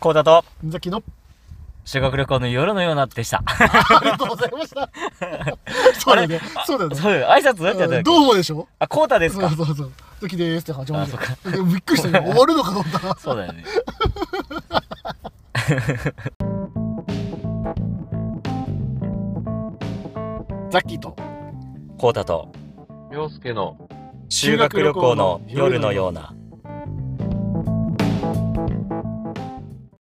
こうだと、ザキの、修学旅行の夜のようなでした。 ありがとうございました。 そうだよね。そうだよね。そうよ、挨拶なんてやったうっんけどうもでしょあ、こうたですそうか。そうそう。ザキでーすって始まるじゃんあそびっくりし たよ。終わるのかと思ったら。そうだよね。ザキと。こうたと、洋介の修学旅行の夜のような。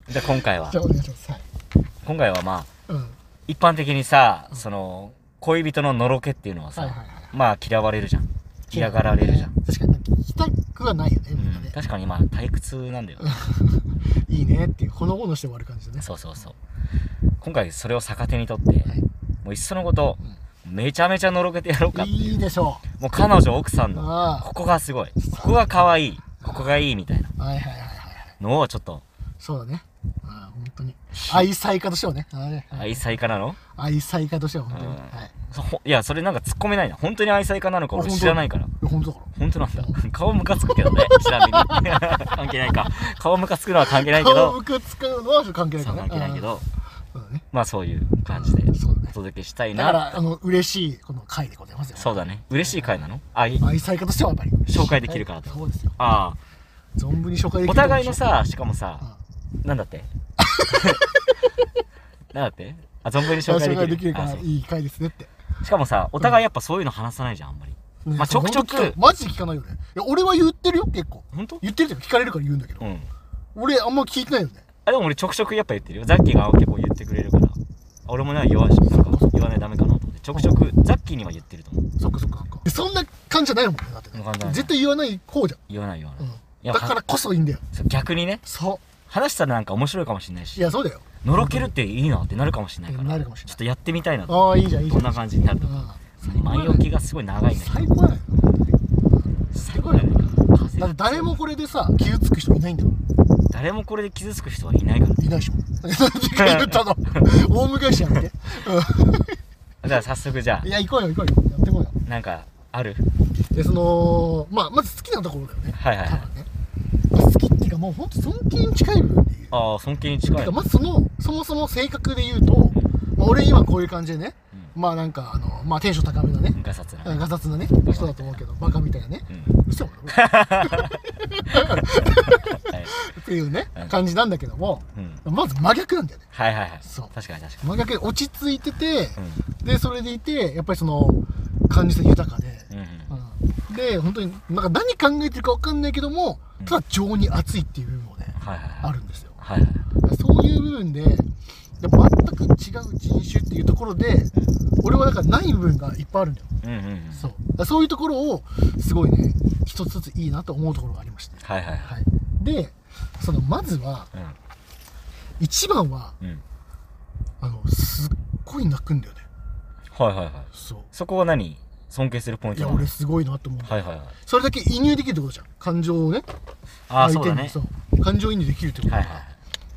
じゃあ今回はじ、ゃあお願いします。はい。今回はまあ、うん。はい一般的にさ、その、恋人ののろけっていうのははいさ、はい。まあ嫌われるじゃん。嫌がられるじゃん。確かに、聞きたくはないよね、みんなうんね。確かにまあ退屈なんだよね。いいねっていう、ほのぼのして終わる感じでね。そうそうそう。今回それを逆手にとってはい、もういっそのこと、めちゃめちゃのろけてやろうかっていういいでしょもう彼女奥さんう。のあここがすごいここが可愛いここがいいみたいなあ。はいはいはいはい。のをちょっとそうだね。ああ、本当に。愛妻家としてはね。はいはい愛妻家なの愛妻家としては本当に。うんはい。そほいやそれなんか突っ込めないな本当に愛妻家なのかあ俺本当知らないからいや本当だか本当なんだ顔ムカつくけど ねちなみに 関係ないか顔ムカつくのは関係ないら。け顔ど向く使うのは関係ないそかうら関ね。係ないけあどあ。そうだね。まあそういう感じでそうだねお届けしたいだかなら、あの、嬉しい、この回でございますよ。そうだね嬉しい回なのあい愛妻家としてはやっぱり。紹介できるからとそうですよ。ああ存分に紹介できる。お互いの、さしかもさうんなんだって なんだってあ存分に紹介できる紹介できるかあら、そういい回ですねって。しかもさお互いやっぱそういうの話さないじゃんあんまりねまあちょくちょく本当に聞かマジで聞かないよね。いや、俺は言ってるよ、結構。本当言ってるというか聞かれるから言うんだけどう。ん俺、あんま聞いてないよね。あでも俺ちょくちょくやっぱ言ってるよザッキーが結構言ってくれるから俺もな言わしなんか言わないとダメかなと思ってちょくちょくザッキーには言ってると思うそっかそっかそっか。そんな感じじゃないもんね、だってそんなね感じじゃない絶対言わない方じ言わない言わなゃ。んい、うんいやだからこそいいんだよ。そう逆にねそ。話したらなんか面白いかもしれないういしや、そうだよ。のろけるっていいなってなるかもしれないからなるかもしれないちょっとやってみたいなとああ、いいじゃん、いいどじゃんん。な感じになるうのかん前置きがすごい長いね最高だよ。最高だよね風だって誰もこれでさ、傷つく人いないんだもん。誰もこれで傷つく人はいないからいないでしょ。何回言ったの 大昔やめて。じゃあ早速じゃうんいや、行こうよ、行こうよ。やってこうよ。あなんかあるで、その、まあ、まず好きなところだよね。はいはい多はい分ね。まあ好きっていうか、もう本当尊敬に近い部分で言う。ああ尊敬にて近いかのまずそのそもそも性格で言うと、まあ、俺今こういう感じでね、まあなんかあの、まあ、テンション高めのね、ガサツなガサツなね人だと思うけどバカみたいなねうん嘘だろはい っていうねうん感じなんだけどもうんまず真逆なんだよねはいはいはい。そう確かに確か真逆で落ち着いててに。でそれでいてやっぱりその感じ性豊かで、うん。うんうん。うんで本当になんか何考えてるか分かんないけどもうんただ情に熱いっていう部分もねはいはいはい。あるんですよはいはい。そういう部分でで全く違う人種っていうところで俺はだからない部分がいっぱいあるんだようんうんうん。そうだからそういうところをすごいね一つずついいなと思うところがありまして、はいはいは。はい、でそのまずはい一番はうん。うん。あのすっごい泣くんだよねはいはいはい。そうそこは何尊敬するポインいトやなの俺すごいなと思う、はいはいはい。それだけ移入できるってことじゃん感情をねああ、そう相手だにね。そう感情移入できるってことはだいから、は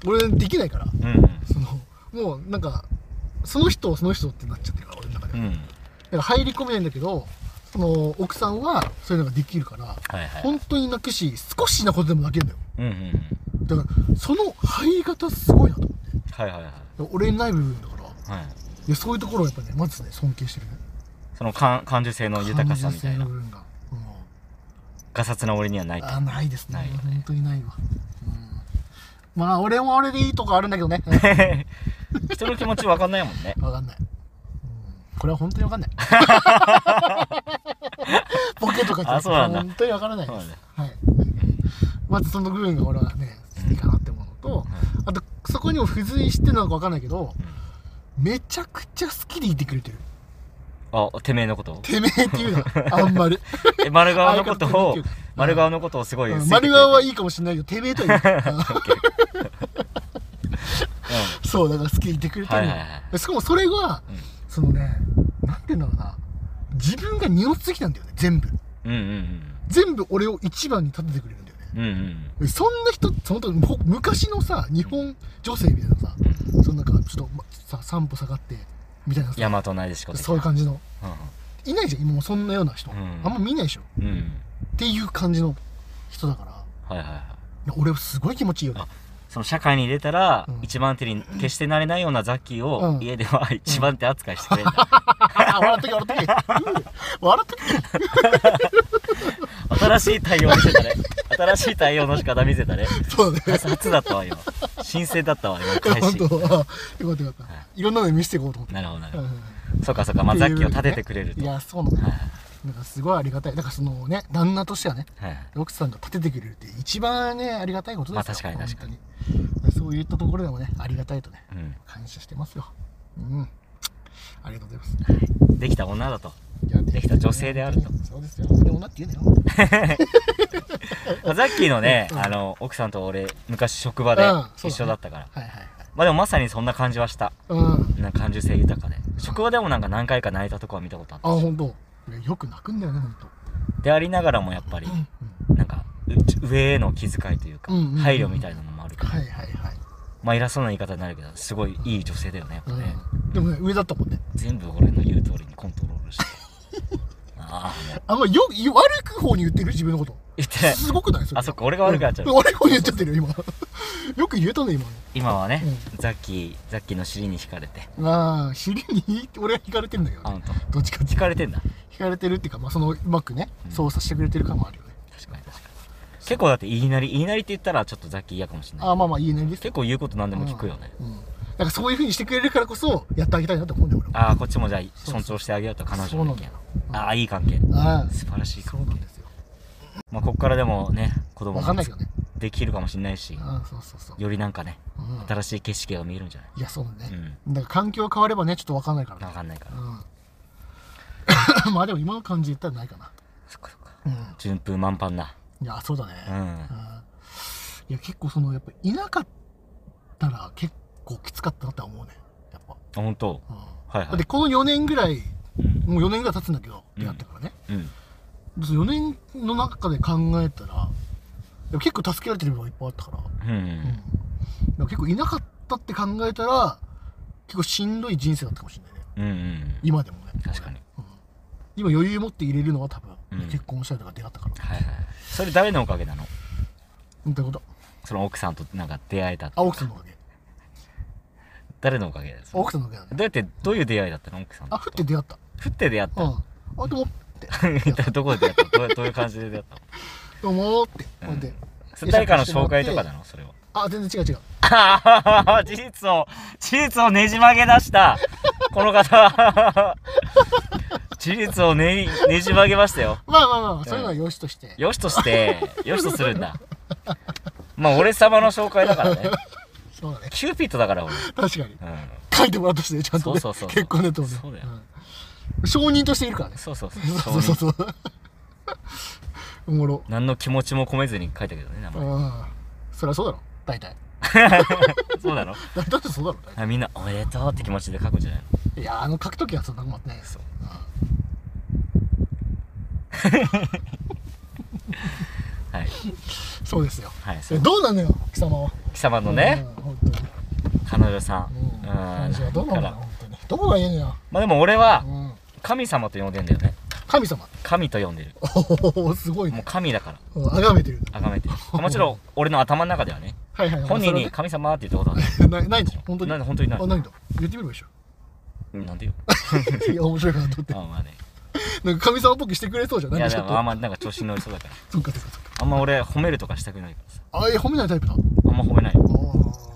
俺できないからい。うんそのもうなんかその人をその人ってなっちゃってるから俺の中では、うん。うん。だから入り込めないんだけどその奥さんはそういうのができるからはいはい。本当に泣くし少しなことでも泣けるのようんうんうん。だからその入り方すごいなと思ってはいはいはい。俺にない部分だからはい。いやそういうところをやっぱねまずね尊敬してるねその感感受性の豊かさみたい感受性のな部。分が、うんガサツな俺にはないと。あないですねないよね本当にないわ、うん、まあ俺も俺でいいとこあるんだけどね 人の気持ちわかんないもんね。分かんない、うん、これは本当に分か んないボケとかじゃあそうなんだ本当に分からないそうでだす、ね。はい、まずその部分が俺はねいいかなって思うのとあとそこにも付随してなのか分かんないけどめちゃくちゃ好きでいてくれてるあ、てめえのこと てめえっていうの あんまりえ、丸顔のことを相方てめえっていうか、丸顔のことをすごい好きでくれて丸る。顔はいいかもしれないけどてめえとは言 うなうん。そうだから好きでいてくれてるの、はいはいはしかもそれは、うんそのねなんて言うんだろうな自分が荷物的なんだよね全部うんうん全部俺を一番に立ててくれるんだようんうんうんねそんな人その時ほ昔のさ日本女性みたいなさそのなんかちょっと、ま、さ三歩下がってみたいなさ大和なでしこ的なそういう感じのういないじゃん今もうそんなような人、うんあんま見ないでしょんうんっていう感じの人だからはいはいはいいや俺はすごい気持ちいいよねその社会に出たら、うん一番手に決してなれないようなザッキーを、うん家では一番手扱いしてくれた、笑っとけ 笑っとけ笑っとけ新しい対応見せたね新しい対応の仕方見せたねそうだね初初だったわ今新鮮だったわ今開本始当あよかったよかったいろんなの見せていこうと思ってなるほどなるうほんど、うんそうかそうかまあザッキーを立ててくれるといはいやそうなのなんかすごいありがたいだからそのね旦那としてはねはい奥さんが立ててくれるって一番ねありがたいことですよまあ確かに確かに本当にそういったところでもねありがたいとねう感謝してますようんありがとうございますんできた女だといやできた女性であるとそうですよでもなって言うのよまあザッキーのね、うんあの奥さんと俺昔職場でうんそうだね一緒だったから、はいはいまあでもまさにそんな感じはしたはいうんなんか感受性豊かで職場でもなんか何回か泣いたとこは見たことあっあた本当いやよく泣くんだよね本でありながらもやっぱり当うんなんかうち上への気遣いというか、うんうんうん配慮みたいなのもあるから、はいはいはいまあ偉そうな言い方になるけどすごいいい女性だよねやっぱね、うんでもね上だったもんね全部俺の言う通りにコントロールして ああもうあんまよよ悪く方に言ってる自分のこと言ってないすごくないそれあそっか俺が悪くなっちゃう、ん悪く言っちゃってるよ今よく言えたね今今はね、うザッキーザッキーの尻に惹かれてああ尻に俺は惹かれてるんだけどあねほんとどっちかっていう惹かれてんだと惹かれてるっていうかまあそのうまくねうん操作してくれてる感もあるよね確かに確かに結構だって言いなり言いなりって言ったらちょっとザッキー嫌かもしれないああまあまあいいねです結構言うこと何でも聞くよね、うんだからそういうふうにしてくれるからこそやってあげたいなと思うんだよ俺もああこっちもじゃあそう尊重してあげようと彼そ女のうなん意見だようんああいい関係ああ素晴らしいそうなんですよまあここからでもね子供わかんもないけどねできるかもしれないしああそうそうそうよりなんかねうん新しい景色が見えるんじゃないいやそうだうねんだから環境変わればねちょっとわかんないからね分かんないからうん まあでも今の感じ言ったらないかなそっかそっかうん順風満帆だいやそうだねうんうんいや結構そのやっぱいなかったら結構きつかったなって思うねやっぱ、本当うんはいはだっていこの4年ぐらいうんもう4年ぐらい経つんだけどうん出会ってからね、うんその4年の中で考えたらでも結構助けられてる部分がいっぱいあったから,、ううんんだから結構いなかったって考えたら結構しんどい人生だったかもしれないねうんうん今でもね確かに、うん今余裕持って入れるのは多分、うん結婚したりとか出会ったからはいはいそれ誰のおかげなのうんってことその奥さんとなんか出会えたってあ奥さんのおかげあ誰のおかげですど奥さんのおかげだねうやってどういう出会いだったの奥さんとあふって出会った降って出会っうんあでも たどこで出会ったどうどういう感じで出会 ったのどうもーって、ほんでそれ誰かの紹介とかなのそれはあ全然違う違うああ事実を事実をねじ曲げ出したこの方事実をねねじ曲げましたよまあまあまあそういうのはよしとして、よしとしてよしとするんだまあ俺様の紹介だからねそうだねキューピットだから俺、確かにう書いてもらったしねちゃんとねそうそうそう結婚ネットもねそうだようん承認としているからねん、そうそうそうそうそう承認そう おもろ何の気持ちも込めずに書いたけどね名う前 んそりゃそうだろ大体そうだろだだってそうだろ大あ みんなおめでとうって気持ちで書くんじゃないの体いやあの書くときはそんなもんねそうはいそうですよはいそえうどうなのよ貴様は貴様のねうん本当に彼女さんうんうん感じはどうなのだよから本当にどこがいいのよまあでも俺はうん神様と呼んでんだよね神様神と呼んでるおおすごいもうね神だからうん崇めてるんだ崇めてるもちろん俺の頭の中ではねはいはいはい本人それに神様って言ったことははね ないないの本当にない本当にないあ、ないんだ。言ってみればいいでしょ。 なんでよいや、面白いかなと思ってあ。まあねなんか神様っぽくしてくれそうじゃんいなやいんかでちょっもあんと。まなんか調子に乗りそうだからそっかそっかそっか。あんま俺褒めるとかしたくないからさあ、いや、褒めないタイプだ。あんま褒めない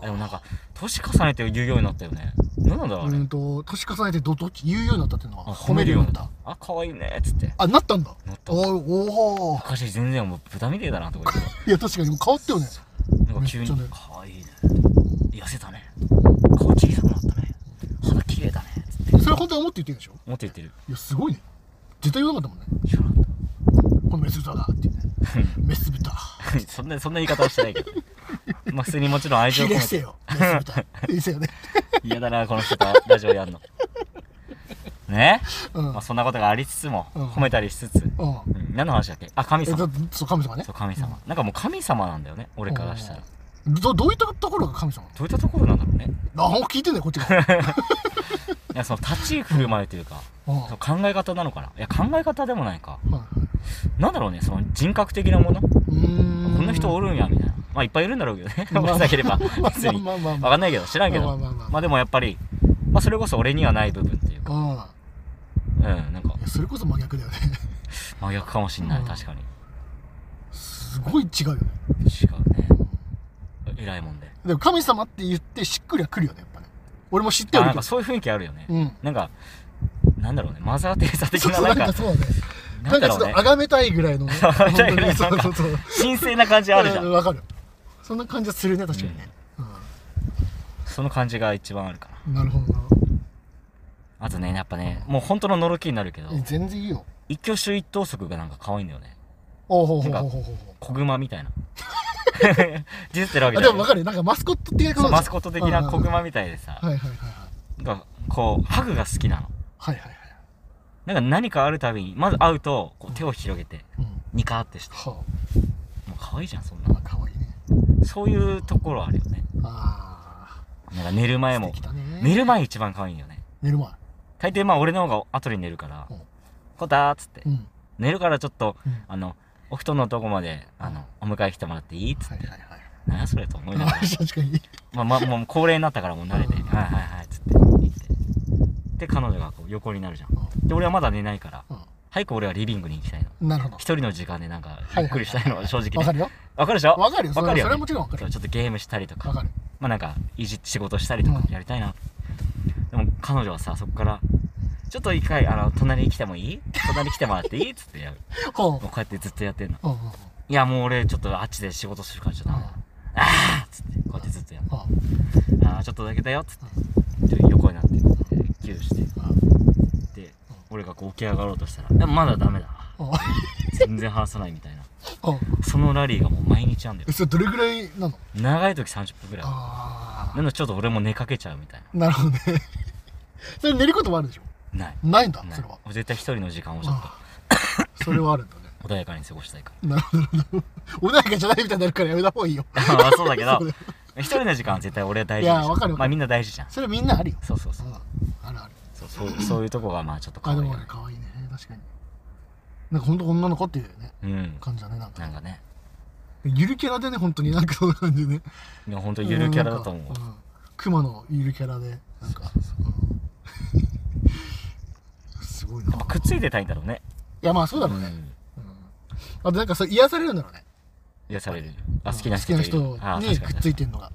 ああでもなんか年重ねて言うようになったよね何なんだろあ。ううあれーんと、年重ねてどどっち言うようになったっていうのあは褒めるようになった。あ可愛いねっつってあ、なったんだ。なったおーおー昔全然もう豚みてえだなとか言っていや、確かにもう変わったよね。たなんか急にめっちゃね可愛いね痩せたね顔小さくなったね肌綺麗だねつってそれは本当に思って言ってるでしょ。もっと言ってるいや、すごいね。絶対言わなかったもんね。知らなかっこのメス豚だ って。メス豚。たそんなそんな言い方はしてないけ どねまあ普通にもちろん愛情込ひれめせてよ。メス 豚。いいっすよね。嫌だなこの人とラジオやんのねうん。まあそんなことがありつつもうん褒めたりしつつうん。うん何の話だっけあ神え、だ様ってそう、神様ねそう。神様なんかもう神様なんだよね俺からしたらうどど、どういったところが神様なういったところなんだろうね のあ、ほんと聞いてんだよ、こっちが。いやその立ち居振る舞いというかうん。はその考え方なのかないや考え方でもないかいはい。なんだろうねその人格的なものうーんこんな人おるんやみたいなまあいっぱいいるんだろうけど ねまあ若なければま別にあまあまあ分まあかんないけど知らんけまどあまあまあまあでもやっぱり、まあ、それこそ俺にはない部分っていうかまあうんなんかうんいやそれこそ真逆だよね真逆かもしんないうん確かにすごい違うよね違うね偉いもんででも神様って言ってしっくりはくるよねやっぱね俺も知ってあはいなるんかけどそういう雰囲気あるよねうんなんかなんだろうねマザー・テレサ的そうなそうななんんかかそうだねななんんだかちろょっうねと崇めたいぐらいのね崇め たいぐらい本当にそうそうそう神聖な感じあるじゃうんんわかるそんな感じはするね確かにね、その感じが一番あるかなうんなるほどなるほどあとねやっぱねもう本当ののろきになるけどえ全然いいよ一挙手一投足がなんか可愛いんだよねおうほうほうほうほうほう子熊みたい なディスってるわけあじゃでもな分いかるなんかマスコット的なそ感うじマスコット的な子はい熊みたいでさはいはいはいなんかこうハグが好きなのはいはいはいはいなんか何かあるたびにまず会うとこう手を広げてうんニカーってしてはもう可愛いじゃんそんあまなあ可愛いねそういうところあるよねあなんか寝る前あもだね寝る前一番可愛いよね寝る前大抵まあ俺の方が後に寝るからうん「こたー」っつってうん寝るからちょっとうんあのお布団のとこまであのお迎え来てもらっていいっつってはいはいはい「何やそれ」と思いながらあ確かにまあまあもう高齢になったからもう慣れて「うんはいはいはい」っつって行ってで彼女がこう横になるじゃんで俺はまだ寝ないから早く俺はリビングに行きたいのうんなるほど一人の時間でなんかゆっくりしたいのは正直分ねかるよわかるでしょ分かるよわかるよねそれはもちろん分かそうるちょっとゲームしたりとか分かるまあなんかいじ仕事したりとかうんやりたいな、でも彼女はさそこから「ちょっと一回あの隣に来てもいい隣来てもらっていい?」っつってや るほうもうこうやってずっとやってんのほうほう「いやもう俺ちょっとあっちで仕事するからちょっとダメだ」あーっつってこうやってずっとやるほうほ「あーちょっとだけだよ」っつってちょっと横になってでギューしてで俺がこう起き上がろうとしたら「いやまだダメだうほう全然話さない」みたいなほうそのラリーがもう毎日あんだよえそれどれぐらいなの長い時30分ぐらいあなのでちょっと俺も寝かけちゃうみたいあなるほどねそれ寝ることもあるでしょなないないんだないそれは絶対一人の時間をちょっああそれはあるんだねと穏やかに過ごしたいかなるほどなるほど穏やかじゃないみたいになるからやめた方がいいよ らまあそうだけどそうだよ一人の時間は絶対俺は大事でいしやょわかるわかるまあみんな大事じゃんそれみんなあるよそうそうそううんあるあるそうそうそういうとこがまあちょっと可あ愛でいもよあれね可愛いね確かになんかほんと女の子っていうねうん感じだねなんかなんかねゆるキャラでね本当になんかそんな感じでねいや本当ゆるキャラだと思うなんかん熊のゆるキャラでなんかうん すごいなやっぱくっついてたいんだろうねいやまあそうだうろうね、んあとなんかそれ癒されるんだろうね癒されるうあん好きな人といる好きなあ人確にかくにっついてんのが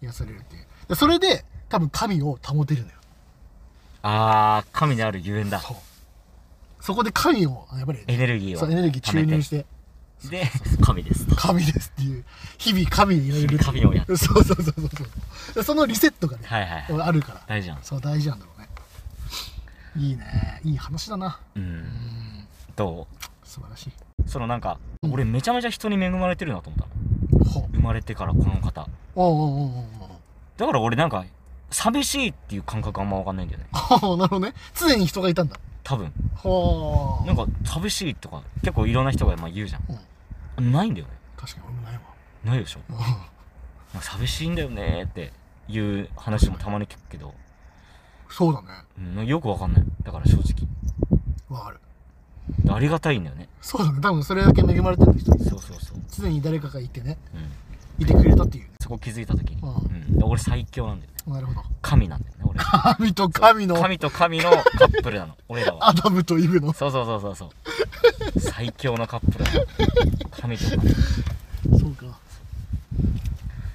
癒されるっていうでそれで多分神を保てるのよあー神であるゆえんだそうそこで神をやっぱりエネルギーそをうエネルギー注入しててで神ですと神ですっていう日々神にいられる神をやっそうそうそうそうそうでそのリセットがね、はいはいあるから大事なんですそう大事なんだろうねいいねいい話だなううんんど素晴らしいうそのなんか俺めちゃめちゃ人に恵まれてるなと思ったのほう生まれてからこの方おうおうおうおうだから俺なんか寂しいっていう感覚あんま分かんないんだよねおう なるほどね常に人がいたんだ多分ほうなんか寂しいとか結構いろんな人がまあ言うじゃん、ないんだよね確かに俺もないわないでしょうんなんか寂しいんだよねーっていう話もたまに聞くけど、そうだねうん、よくわかんないだから正直わかるありがたいんだよねそうだね多分それだけ恵まれてる人そうそうそう、常に誰かがいてねうん、いてくれたっていうねそこ気づいた時に、うんうん、で俺最強なんだよねなるほど神なんだよね 俺神と神の神と神のカップルなの俺らはアダムとイブのそうそうそうそうそう最強のカップルなの神と神そうか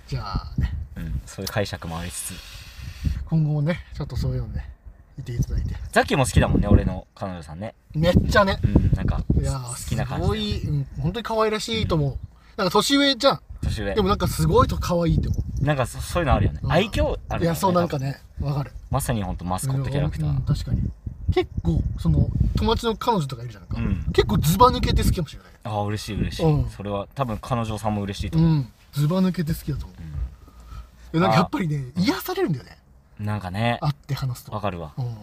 じゃあねうん、そういう解釈もありつつ今後もねちょっとそういうのねいていただいてザキも好きだもんね俺の彼女さんねめっちゃねうんなんかいやー好きな感すごじい、うん、本当に可愛らしいと思う、なんか年上じゃん年上でもなんかすごいと可愛いと思なんかそそういうのあるよね、うん愛嬌あるようねいやそうなんかねわかるまさにほんとマスコットキャラクター、うん確かに結構その友達の彼女とかいるじゃんか、うん結構ズバ抜けて好きかもしれないああ嬉しい嬉しい、うんそれは多分彼女さんも嬉しいとう思う、んズバ抜けて好きだと思うえなんかやっぱりね癒されるんだよねうんなんかね会って話すとわかるわうん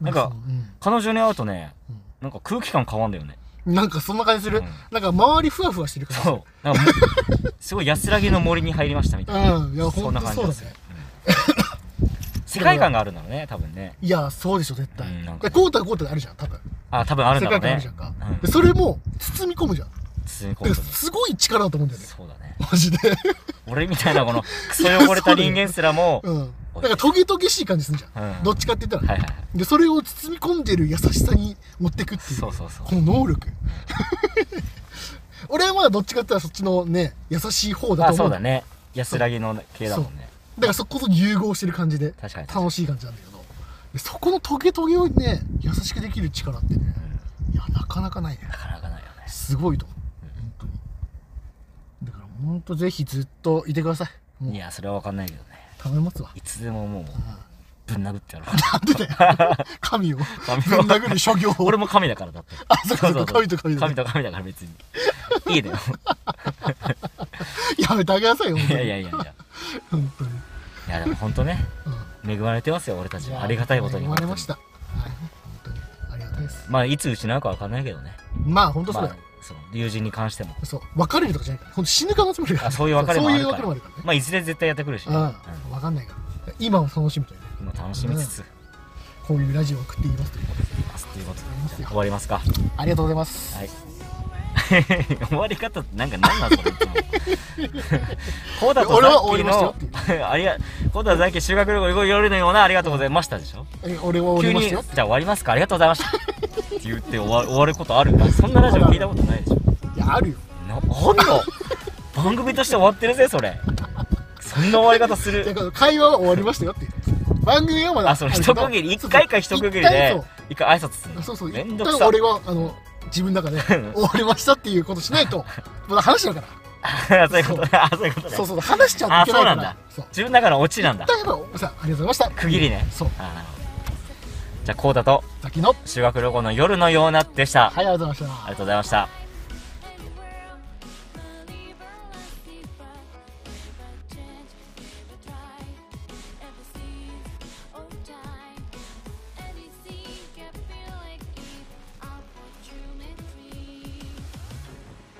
なんかそのうん彼女に会うとねなんか空気感変わんだよねうんなんかそんな感じする、うんなんか周りふわふわしてるからそうなんかもうすごい安らぎの森に入りましたみたいな、うんいやそほんんなと感そじでうだすよねうん世界観があるんだろうね多分ねいやそうでしょ絶対、うんなんかでこうたこうたあるじゃん多分あ多分あるんだ世ろう界観あるねじゃんか、うんでそれも包み込むじゃんだ包み込かむらとねすごい力だと思うんだよねそうだねマジで。俺みたいなこのクソ汚れた人間すらも、 うん。なんかトゲトゲしい感じするじゃん。うんどっちかって言ったら、はいはいはいで、それを包み込んでる優しさに持ってくっていう。そうそうそうこの 能力。俺はまだどっちかって言ったらそっちのね、優しい方だあとそ思うう。だね安らぎの系だもんねだからそこそ融合してる感じで確かに確かに楽しい感じなんだけどでそこのトゲトゲをね優しくできる力ってねいやなかなかないねなかなかないよねすごいと思う本当にだから本当ぜひずっといてくださいもういやそれは分かんないけどね頼み ますわいつでももうぶん殴ってやろう なんでだよ神をぶん神を殴る所業を俺も神だからだって あそっかそっか神と神だ神と神だから別にい いだよやめてあげなさいよ本い当やいにやいやいや本当にいやでも本当ね恵まれてますよ俺たちうんはありがたいことに生まれましたはい本当にありがたいですまあいつ失うか分かんないけどねまあ本当そうまだあよその友人に関してもそう別れるとかじゃないから本当死ぬ可能性もあるからあそういう別れもあるそういうか別れらもあるからねまあいずれ絶対やってくるしねうん、分かんないから今を楽しむというねうん今楽しみつつこういうラジオを送っていますということでいますということでじゃあ終わりますかありがとうございます、はい。 終わり方なんか何なんそれいつ もコーダと俺はザッキー終わりましたよの ありがコーダとザッキー修学旅行行夜のようなありがとうございましたでしょえ俺は終急わりまにしじたゃあよ終わりますかありがとうございましたって言って終わ 終わることあるそんなラジオ聞いたことないでしょいやあるよなあるよ番組として終わってるぜそれそんな終わり方すだるから会話は終わりましたよっていう番 組はまだあその一区切り一回か一区切り一回でそう一回挨拶するのそうそうめん一どく旦さ俺はあの自分の中で終わりましたっていうことしない とまだ話しちゃうからそういうことねあ そういうことねそうそうそう話しちゃあうといけそないうなかんらだそう自分の中のオチなんだだからさありがとうございました区切りねそうあーなるほどじゃあコーダと先の修学旅行の夜のようなでした、はいありがとうございましたありがとうございました